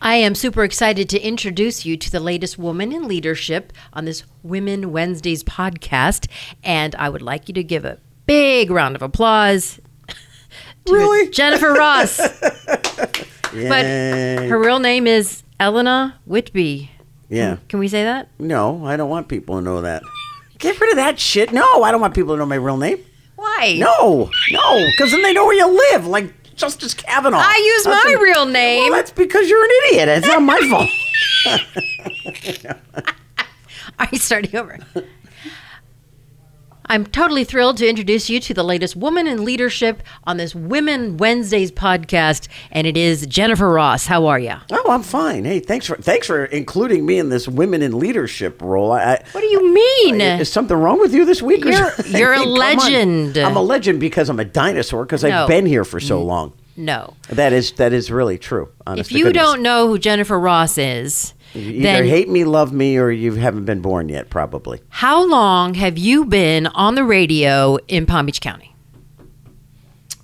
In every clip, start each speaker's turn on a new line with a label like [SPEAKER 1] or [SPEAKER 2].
[SPEAKER 1] I am super excited to introduce you to the latest woman in leadership on this Women Wednesdays podcast. And I would like you to give a big round of applause to
[SPEAKER 2] Really?
[SPEAKER 1] Jennifer Ross. But
[SPEAKER 2] Yay.
[SPEAKER 1] her real name is Elena Whitby.
[SPEAKER 2] yeah.
[SPEAKER 1] Can we say that?
[SPEAKER 2] No, I don't want people to know that. Get rid of that shit. No, I don't want people to know my real name.
[SPEAKER 1] Why?
[SPEAKER 2] No, no, because then they know where you live, like Justice Kavanaugh.
[SPEAKER 1] I use
[SPEAKER 2] That's
[SPEAKER 1] my
[SPEAKER 2] a-
[SPEAKER 1] real name.
[SPEAKER 2] Well, that's because you're an idiot. It's not my fault.
[SPEAKER 1] All right, starting over. I'm totally thrilled to introduce you to the latest woman in leadership on this Women Wednesdays podcast, and it is Jennifer Ross. How are you?
[SPEAKER 2] Oh, I'm fine. Hey, thanks for thanks for including me in this women in leadership role. I, I,
[SPEAKER 1] What do you mean?
[SPEAKER 2] Is something wrong with you this week? or
[SPEAKER 1] You're-
[SPEAKER 2] something?
[SPEAKER 1] you're a
[SPEAKER 2] Come on.
[SPEAKER 1] legend.
[SPEAKER 2] I'm a legend because I'm a dinosaur because
[SPEAKER 1] No.
[SPEAKER 2] I've been here for so long.
[SPEAKER 1] no.
[SPEAKER 2] That is that is really true. Honest
[SPEAKER 1] If
[SPEAKER 2] to
[SPEAKER 1] you
[SPEAKER 2] goodness.
[SPEAKER 1] don't know who Jennifer Ross is,
[SPEAKER 2] You either
[SPEAKER 1] then
[SPEAKER 2] hate me, love me, or you haven't been born yet. Probably
[SPEAKER 1] how long have you been on the radio in Palm Beach County?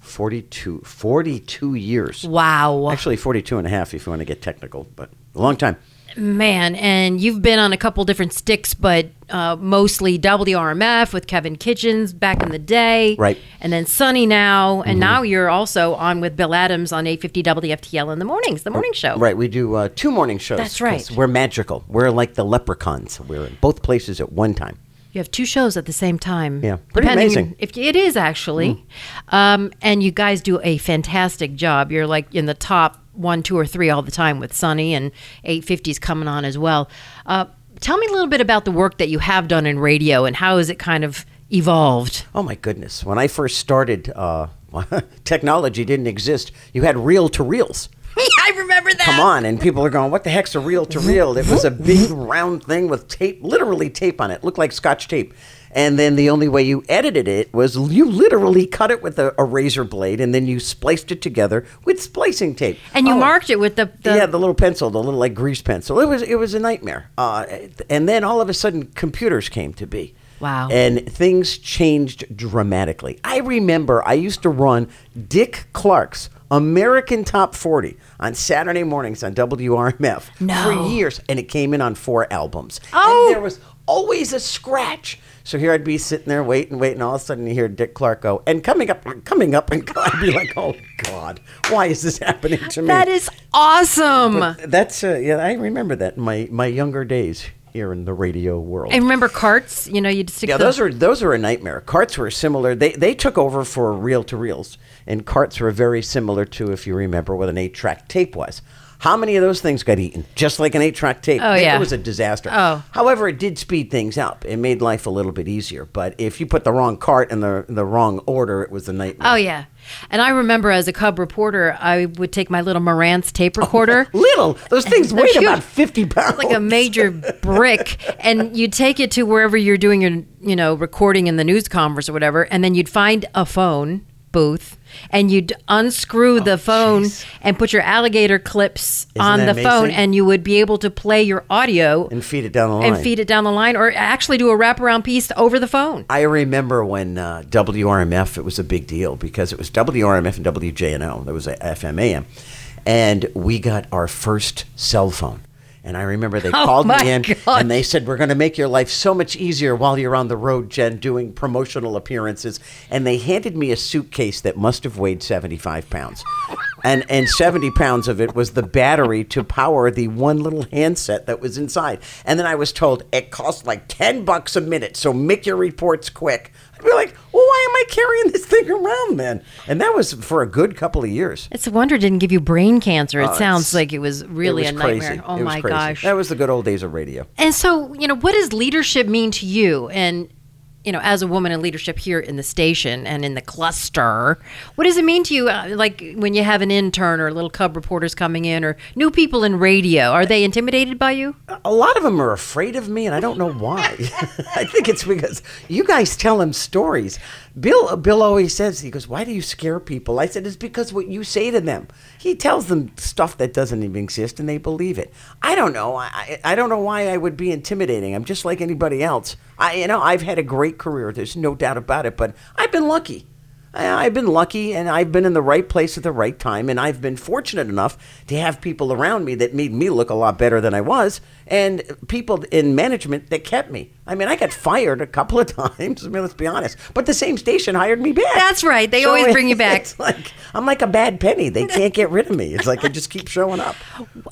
[SPEAKER 2] 42, 42 years.
[SPEAKER 1] Wow.
[SPEAKER 2] Actually, 42 and a half if you want to get technical, but a long time.
[SPEAKER 1] Man, and you've been on a couple different sticks, but uh, mostly WRMF with Kevin Kitchens back in the day.
[SPEAKER 2] Right. Mm-hmm.
[SPEAKER 1] And then Sunny now. And now you're also on with Bill Adams on 850 WFTL in the mornings, the morning show.
[SPEAKER 2] Right, we do uh, two morning shows.
[SPEAKER 1] That's right.
[SPEAKER 2] 'cause We're magical. We're like the leprechauns. We're in both places at one time.
[SPEAKER 1] You have two shows at the same time.
[SPEAKER 2] Yeah, pretty
[SPEAKER 1] Depending-
[SPEAKER 2] amazing. Mm.
[SPEAKER 1] If It is actually. Um, and you guys do a fantastic job. You're like in the top one, two, or three all the time with Sunny, and 850's coming on as well. Uh, tell me a little bit about the work that you have done in radio and how has it kind of evolved?
[SPEAKER 2] Oh my goodness! When I first started, uh, technology didn't exist. You had reel to reels.
[SPEAKER 1] I remember that.
[SPEAKER 2] Come on, and people are going, "What the heck's a reel to reel?" It was a
[SPEAKER 1] Mm-hmm.
[SPEAKER 2] big round thing with tape, literally tape on it, looked like Scotch tape. And then the only way you edited it was you literally cut it with a, a razor blade, and then you spliced it together with splicing tape.
[SPEAKER 1] And you
[SPEAKER 2] Oh.
[SPEAKER 1] marked it with the, the
[SPEAKER 2] yeah, the little pencil, the little like grease pencil. It was it was a nightmare. Uh, and then all of a sudden, computers came to be.
[SPEAKER 1] Wow.
[SPEAKER 2] And things changed dramatically. I remember I used to run Dick Clark's American Top 40 on Saturday mornings on WRMF
[SPEAKER 1] No.
[SPEAKER 2] for years, and it came in on four albums.
[SPEAKER 1] Oh.
[SPEAKER 2] And there was always a scratch. So here I'd be sitting there waiting, waiting. All of a sudden, you hear Dick Clark go, and coming up, coming up, and I'd be like, oh God, why is this happening to me?
[SPEAKER 1] That is awesome.
[SPEAKER 2] That's uh, yeah. I remember that in my my younger days here in the radio world.
[SPEAKER 1] I remember carts, you know, you'd stick
[SPEAKER 2] yeah,
[SPEAKER 1] the-
[SPEAKER 2] those were those were a nightmare. Carts were similar. They they took over for reel to reels, and carts were very similar to if you remember what an eight track tape was. How many of those things got eaten? Just like an eight track tape.
[SPEAKER 1] Oh,
[SPEAKER 2] It-
[SPEAKER 1] yeah.
[SPEAKER 2] It was a disaster.
[SPEAKER 1] Oh.
[SPEAKER 2] However, it did speed things up. It made life a little bit easier. But if you put the wrong cart in the the wrong order, it was a nightmare.
[SPEAKER 1] Oh yeah, and I remember as a cub reporter, I would take my little Marantz
[SPEAKER 2] Oh,
[SPEAKER 1] tape recorder.
[SPEAKER 2] Little those things
[SPEAKER 1] They're
[SPEAKER 2] weighed
[SPEAKER 1] huge.
[SPEAKER 2] about fifty pounds.
[SPEAKER 1] Like a major brick, and you take it to wherever you're doing your, you know, recording in the news conference or whatever, and then you'd find a phone booth, and you'd unscrew the phone
[SPEAKER 2] Oh, jeez.
[SPEAKER 1] and put your alligator clips
[SPEAKER 2] Isn't
[SPEAKER 1] on the
[SPEAKER 2] that
[SPEAKER 1] phone,
[SPEAKER 2] amazing?
[SPEAKER 1] and you would be able to play your audio
[SPEAKER 2] and feed it down the line.
[SPEAKER 1] and feed it down the line, or actually do a wraparound piece over the phone.
[SPEAKER 2] I remember when uh, WRMF, it was a big deal because it was WRMF and WJNO. There was a FMAM. And we got our first cell phone. And I remember they called
[SPEAKER 1] my
[SPEAKER 2] me in
[SPEAKER 1] gosh.
[SPEAKER 2] and they said, We're going to make your life so much easier while you're on the road, Jen, doing promotional appearances. And they handed me a suitcase that must have weighed 75 pounds. And, and 70 pounds of it was the battery to power the one little handset that was inside. And then I was told it costs like 10 bucks a minute, so make your reports quick. I'd be like, well, why am I carrying this thing around then? And that was for a good couple of years.
[SPEAKER 1] It's a wonder it didn't give you brain cancer. It sounds like it was really
[SPEAKER 2] Oh, it
[SPEAKER 1] a
[SPEAKER 2] was
[SPEAKER 1] nightmare.
[SPEAKER 2] crazy.
[SPEAKER 1] Oh
[SPEAKER 2] It was
[SPEAKER 1] my
[SPEAKER 2] crazy.
[SPEAKER 1] gosh.
[SPEAKER 2] That was the good old days of radio.
[SPEAKER 1] And so, you know, what does leadership mean to you? And, you know, as a woman in leadership here in the station and in the cluster, what does it mean to you? Uh, Like when you have an intern or little cub reporters coming in or new people in radio, are they intimidated by you?
[SPEAKER 2] a lot of them are afraid of me, and I don't know why. I think it's because you guys tell them stories. Bill, Bill always says, he goes, "Why do you scare people?" I said, "It's because what you say to them." He tells them stuff that doesn't even exist, and they believe it. I don't know. I, I I don't know why I would be intimidating. I'm just like anybody else. I, you know, I've had a great career. There's no doubt about it. But I've been lucky. I- I've been lucky and I've been in the right place at the right time. And I've been fortunate enough to have people around me that made me look a lot better than I was and people in management that kept me. I mean, I got fired a couple of times. I mean, let's be honest. But the same station hired me back.
[SPEAKER 1] That's right. They always bring you back.
[SPEAKER 2] It's like I'm like a bad penny. They can't get rid of me. It's like I just keep showing up.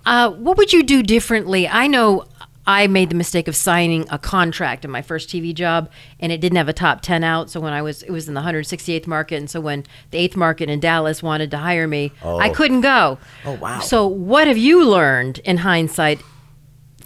[SPEAKER 1] Uh, what would you do differently? I know I made the mistake of signing a contract in my first TV job, and it didn't have a top ten out. So when I was, it was in the 168th market, and so when the eighth market in Dallas wanted to hire me, I couldn't go.
[SPEAKER 2] Oh, wow.
[SPEAKER 1] So what have you learned in hindsight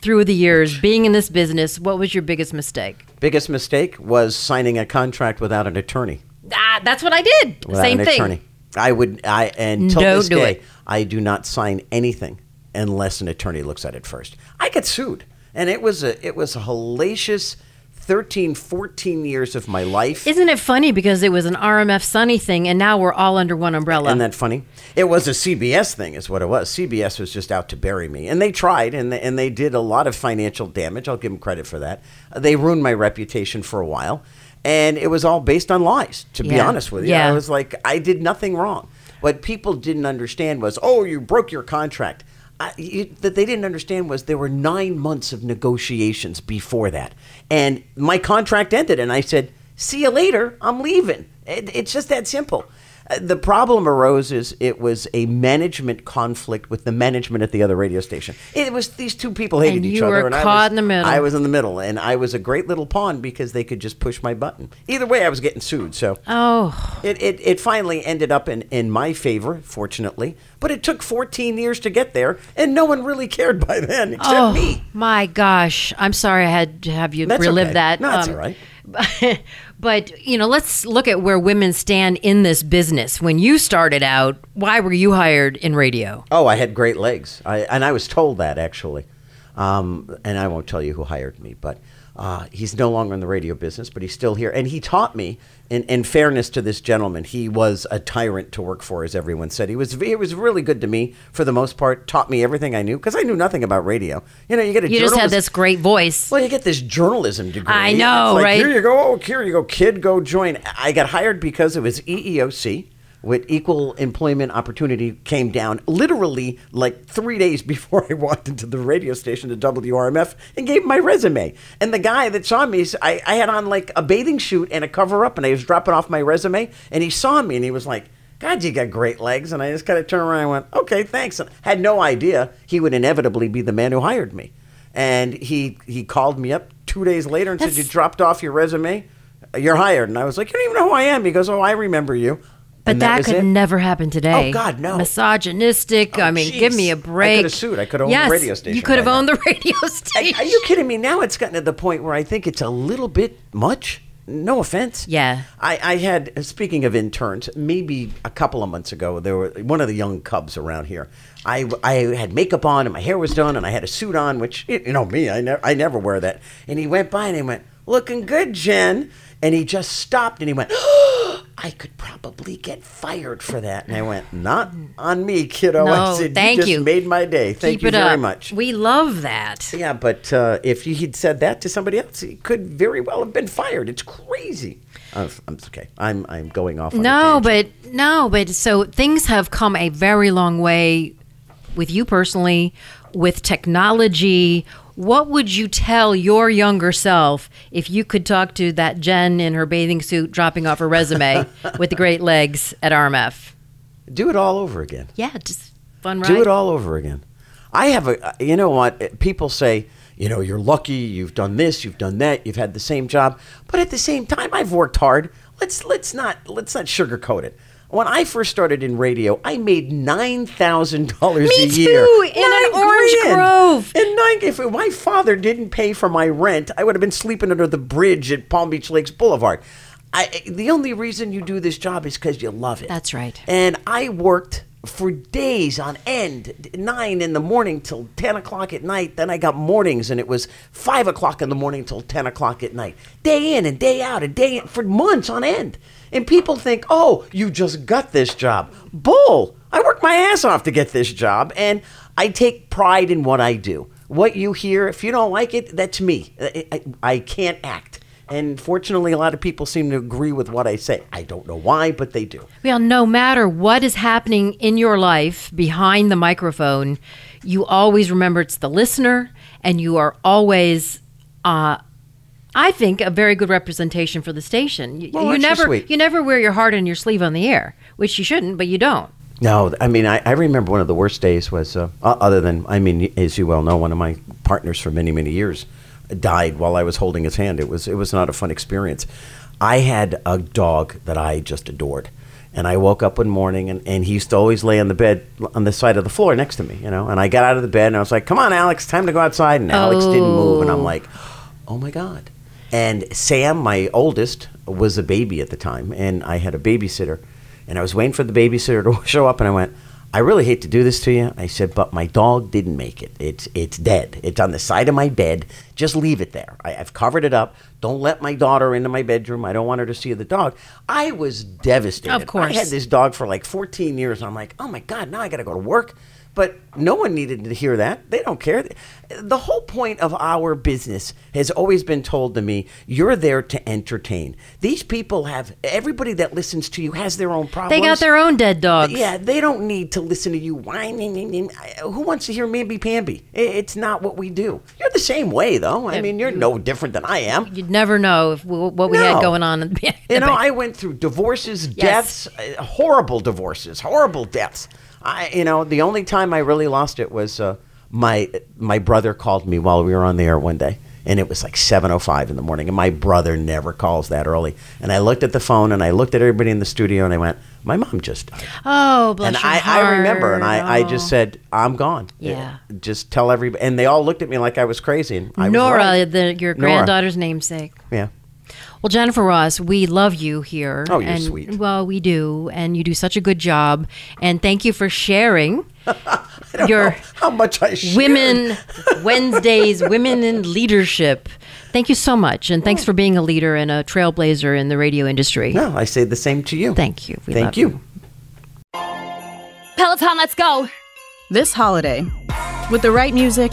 [SPEAKER 1] through the years being in this business? What was your biggest mistake?
[SPEAKER 2] Biggest mistake was signing a contract without an attorney.
[SPEAKER 1] Ah, that's what I did.
[SPEAKER 2] without
[SPEAKER 1] Same
[SPEAKER 2] an
[SPEAKER 1] thing.
[SPEAKER 2] attorney. I would. I until
[SPEAKER 1] Don't
[SPEAKER 2] this
[SPEAKER 1] do
[SPEAKER 2] day,
[SPEAKER 1] it.
[SPEAKER 2] I do not sign anything unless an attorney looks at it first. I get sued, and it was a it was a hellacious 13, 14 years of my life.
[SPEAKER 1] Isn't it funny because it was an RMF Sunny thing, and now we're all under one umbrella.
[SPEAKER 2] Isn't that funny? It was a CBS thing, is what it was. CBS was just out to bury me, and they tried, and they, and they did a lot of financial damage. I'll give them credit for that. Uh, They ruined my reputation for a while, and it was all based on lies. To be
[SPEAKER 1] Yeah.
[SPEAKER 2] honest with you, I
[SPEAKER 1] Yeah.
[SPEAKER 2] was like, I did nothing wrong. What people didn't understand was, oh, you broke your contract. I, you, that they didn't understand was there were nine months of negotiations before that, and my contract ended, and I said, "See you later. I'm leaving." It, it's just that simple. Uh, The problem arose is it was a management conflict with the management at the other radio station. It was these two people hated
[SPEAKER 1] And
[SPEAKER 2] each
[SPEAKER 1] you
[SPEAKER 2] other,
[SPEAKER 1] were
[SPEAKER 2] and I
[SPEAKER 1] caught
[SPEAKER 2] was
[SPEAKER 1] in the middle.
[SPEAKER 2] I was in the middle, and I was a great little pawn because they could just push my button. Either way, I was getting sued. So
[SPEAKER 1] oh.
[SPEAKER 2] it, it, it finally ended up in, in my favor, fortunately, but it took 14 years to get there, and no one really cared by then except
[SPEAKER 1] Oh
[SPEAKER 2] me.
[SPEAKER 1] my gosh! I'm sorry I had to have you
[SPEAKER 2] That's
[SPEAKER 1] relive
[SPEAKER 2] okay.
[SPEAKER 1] that. um,
[SPEAKER 2] No, that's all right.
[SPEAKER 1] right. But you know, let's look at where women stand in this business. When you started out, why were you hired in radio?
[SPEAKER 2] Oh, I had great legs. I, and I was told that, actually. Um, and I won't tell you who hired me, but uh, he's no longer in the radio business, but he's still here. And he taught me, in, in fairness to this gentleman, he was a tyrant to work for, as everyone said. He was, he was really good to me for the most part, taught me everything I knew, because I knew nothing about radio. You know, you get a
[SPEAKER 1] You just had
[SPEAKER 2] journalist-
[SPEAKER 1] this great voice.
[SPEAKER 2] Well, you get this journalism degree.
[SPEAKER 1] I know,
[SPEAKER 2] It's like,
[SPEAKER 1] right?
[SPEAKER 2] Here you go, oh, here you go, kid, go join. I got hired because it was E EEOC, with Equal Employment Opportunity came down literally like three days before I walked into the radio station at WRMF and gave my resume. And the guy that saw me, I, I had on like a bathing suit and a cover up, and I was dropping off my resume, and he saw me and he was like, God, you got great legs. And I just kind of turned around and went, okay, thanks. And had no idea he would inevitably be the man who hired me and he he called me up two days later and said
[SPEAKER 1] That's-
[SPEAKER 2] you dropped off your resume you're hired and i was like you don't even know who i am he goes oh i remember you
[SPEAKER 1] But
[SPEAKER 2] And
[SPEAKER 1] that,
[SPEAKER 2] was
[SPEAKER 1] could
[SPEAKER 2] it.
[SPEAKER 1] never happen today.
[SPEAKER 2] Oh, God, no.
[SPEAKER 1] Misogynistic.
[SPEAKER 2] Oh,
[SPEAKER 1] I mean, give
[SPEAKER 2] jeez.
[SPEAKER 1] me
[SPEAKER 2] I
[SPEAKER 1] a
[SPEAKER 2] coulda
[SPEAKER 1] break.
[SPEAKER 2] sued. I coulda owned the
[SPEAKER 1] yes,
[SPEAKER 2] radio station
[SPEAKER 1] You could have
[SPEAKER 2] by now.
[SPEAKER 1] owned the radio station.
[SPEAKER 2] are you kidding me now it's gotten to the point where i think it's a little bit much no offense
[SPEAKER 1] Yeah.
[SPEAKER 2] I, I had speaking of interns, maybe a couple of months ago, there were one of the young cubs around here. I, I had makeup on and my hair was done and I had a suit on, which you know me, I never I never wear that. And he went by and he went, "Looking good, Jen." And he just stopped and he went, "I could probably get fired for that." And I went, "Not on me, kiddo." I
[SPEAKER 1] No,
[SPEAKER 2] said,
[SPEAKER 1] thank
[SPEAKER 2] you, just
[SPEAKER 1] you.
[SPEAKER 2] made my day. Thank
[SPEAKER 1] Keep
[SPEAKER 2] you
[SPEAKER 1] it
[SPEAKER 2] very
[SPEAKER 1] up.
[SPEAKER 2] much."
[SPEAKER 1] We love that.
[SPEAKER 2] yeah, but uh, if he'd said that to somebody else, he could very well have been fired. It's crazy. I'm, I'm okay. I'm I'm going off. On a
[SPEAKER 1] No,
[SPEAKER 2] tangent.
[SPEAKER 1] but no, but so things have come a very long way with you personally, with technology. What would you tell your younger self if you could talk to that Jen in her bathing suit dropping off her resume with the great legs at RMF?
[SPEAKER 2] do it all over again.
[SPEAKER 1] Yeah, just fun ride.
[SPEAKER 2] Do it all over again. I have a. uh, You know what? People say. You know, you're lucky. You've done this. You've done that. You've had the same job. But at the same time, I've worked hard. Let's let's not let's not sugarcoat it. When I first started in radio, I made nine thousand dollars
[SPEAKER 1] Me
[SPEAKER 2] a
[SPEAKER 1] too,
[SPEAKER 2] year.
[SPEAKER 1] in an orange grove.
[SPEAKER 2] And nine, if my father didn't pay for my rent, I would have been sleeping under the bridge at Palm Beach Lakes Boulevard. I, the only reason you do this job is because you love it.
[SPEAKER 1] That's right.
[SPEAKER 2] And I worked for days on end, nine in the morning till 10 o'clock at night. Then I got mornings, and it was five o'clock in the morning till 10 o'clock at night, day in and day out, and day in, for months on end. And people think, oh, you just got this job. Bull! I worked my ass off to get this job, and I take pride in what I do. What you hear, if you don't like it, that's me. I, I, I can't act. And fortunately, a lot of people seem to agree with what I say. I don't know why, but they do.
[SPEAKER 1] Well, no matter what is happening in your life behind the microphone, you always remember it's the listener, and you are always, uh, I think, a very good representation for the station. You,
[SPEAKER 2] Well,
[SPEAKER 1] you
[SPEAKER 2] aren't you
[SPEAKER 1] never,
[SPEAKER 2] sweet?
[SPEAKER 1] you never wear your heart on your sleeve on the air, which you shouldn't, but you don't.
[SPEAKER 2] No, I mean, I, I remember one of the worst days was, uh, o- other than, I mean, as you well know, one of my partners for many, many years died while I was holding his hand. It was, it was not a fun experience. I had a dog that I just adored. And I woke up one morning and, and he used to always lay on the bed on the side of the floor next to me, you know. And I got out of the bed and I was like, come on, Alex, time to go outside. And Alex didn't move. And I'm
[SPEAKER 1] Oh.
[SPEAKER 2] like, oh my God. And Sam, my oldest, was a baby at the time. And I had a babysitter. And I was waiting for the babysitter to show up. And I went, I really hate to do this to you. I said, but my dog didn't make it. It's, it's dead. It's on the side of my bed. Just leave it there. I, I've covered it up. Don't let my daughter into my bedroom. I don't want her to see the dog. I was devastated.
[SPEAKER 1] Of course.
[SPEAKER 2] I had this dog for like 14 years. And I'm like, oh my God, now I got to go to work. But no one needed to hear that. They don't care. The whole point of our business has always been told to me you're there to entertain. These people have, everybody that listens to you has their own problems.
[SPEAKER 1] They got their own dead dogs.
[SPEAKER 2] Yeah, they don't need to listen to you whining. Who wants to hear mamby pamby? I- It's not what we do. You're the same way, though. I mean, you're no different than I am.
[SPEAKER 1] You'd never know if, what we
[SPEAKER 2] No.
[SPEAKER 1] had going on. In the,
[SPEAKER 2] You know, I went through divorces, deaths, uh, horrible divorces, horrible deaths. I, you know, the only time I really lost it was uh, my my brother called me while we were on the air one day, and it was like seven o five in the morning. And my brother never calls that early. And I looked at the phone, and I looked at everybody in the studio, and I went, "My mom just died."
[SPEAKER 1] oh, bless
[SPEAKER 2] and
[SPEAKER 1] your
[SPEAKER 2] I, I remember, and I, I
[SPEAKER 1] heart.
[SPEAKER 2] just said, "I'm gone."
[SPEAKER 1] Yeah.
[SPEAKER 2] Just tell everybody, and they all looked at me like I was crazy. And I
[SPEAKER 1] Nora,
[SPEAKER 2] was right.
[SPEAKER 1] the, your
[SPEAKER 2] Nora.
[SPEAKER 1] granddaughter's namesake.
[SPEAKER 2] yeah.
[SPEAKER 1] Well, Jennifer Ross, we love you here.
[SPEAKER 2] Oh, you're
[SPEAKER 1] and,
[SPEAKER 2] sweet.
[SPEAKER 1] Well, we do, and you do such a good job. And thank you for sharing your
[SPEAKER 2] How much I shared.
[SPEAKER 1] Women Wednesdays, Women in Leadership. Thank you so much, and thanks for being a leader and a trailblazer in the radio industry.
[SPEAKER 2] Oh. No, I say the same to you.
[SPEAKER 1] Thank you. We love
[SPEAKER 2] Thank you.
[SPEAKER 3] Peloton, let's go!
[SPEAKER 4] This holiday, with the right music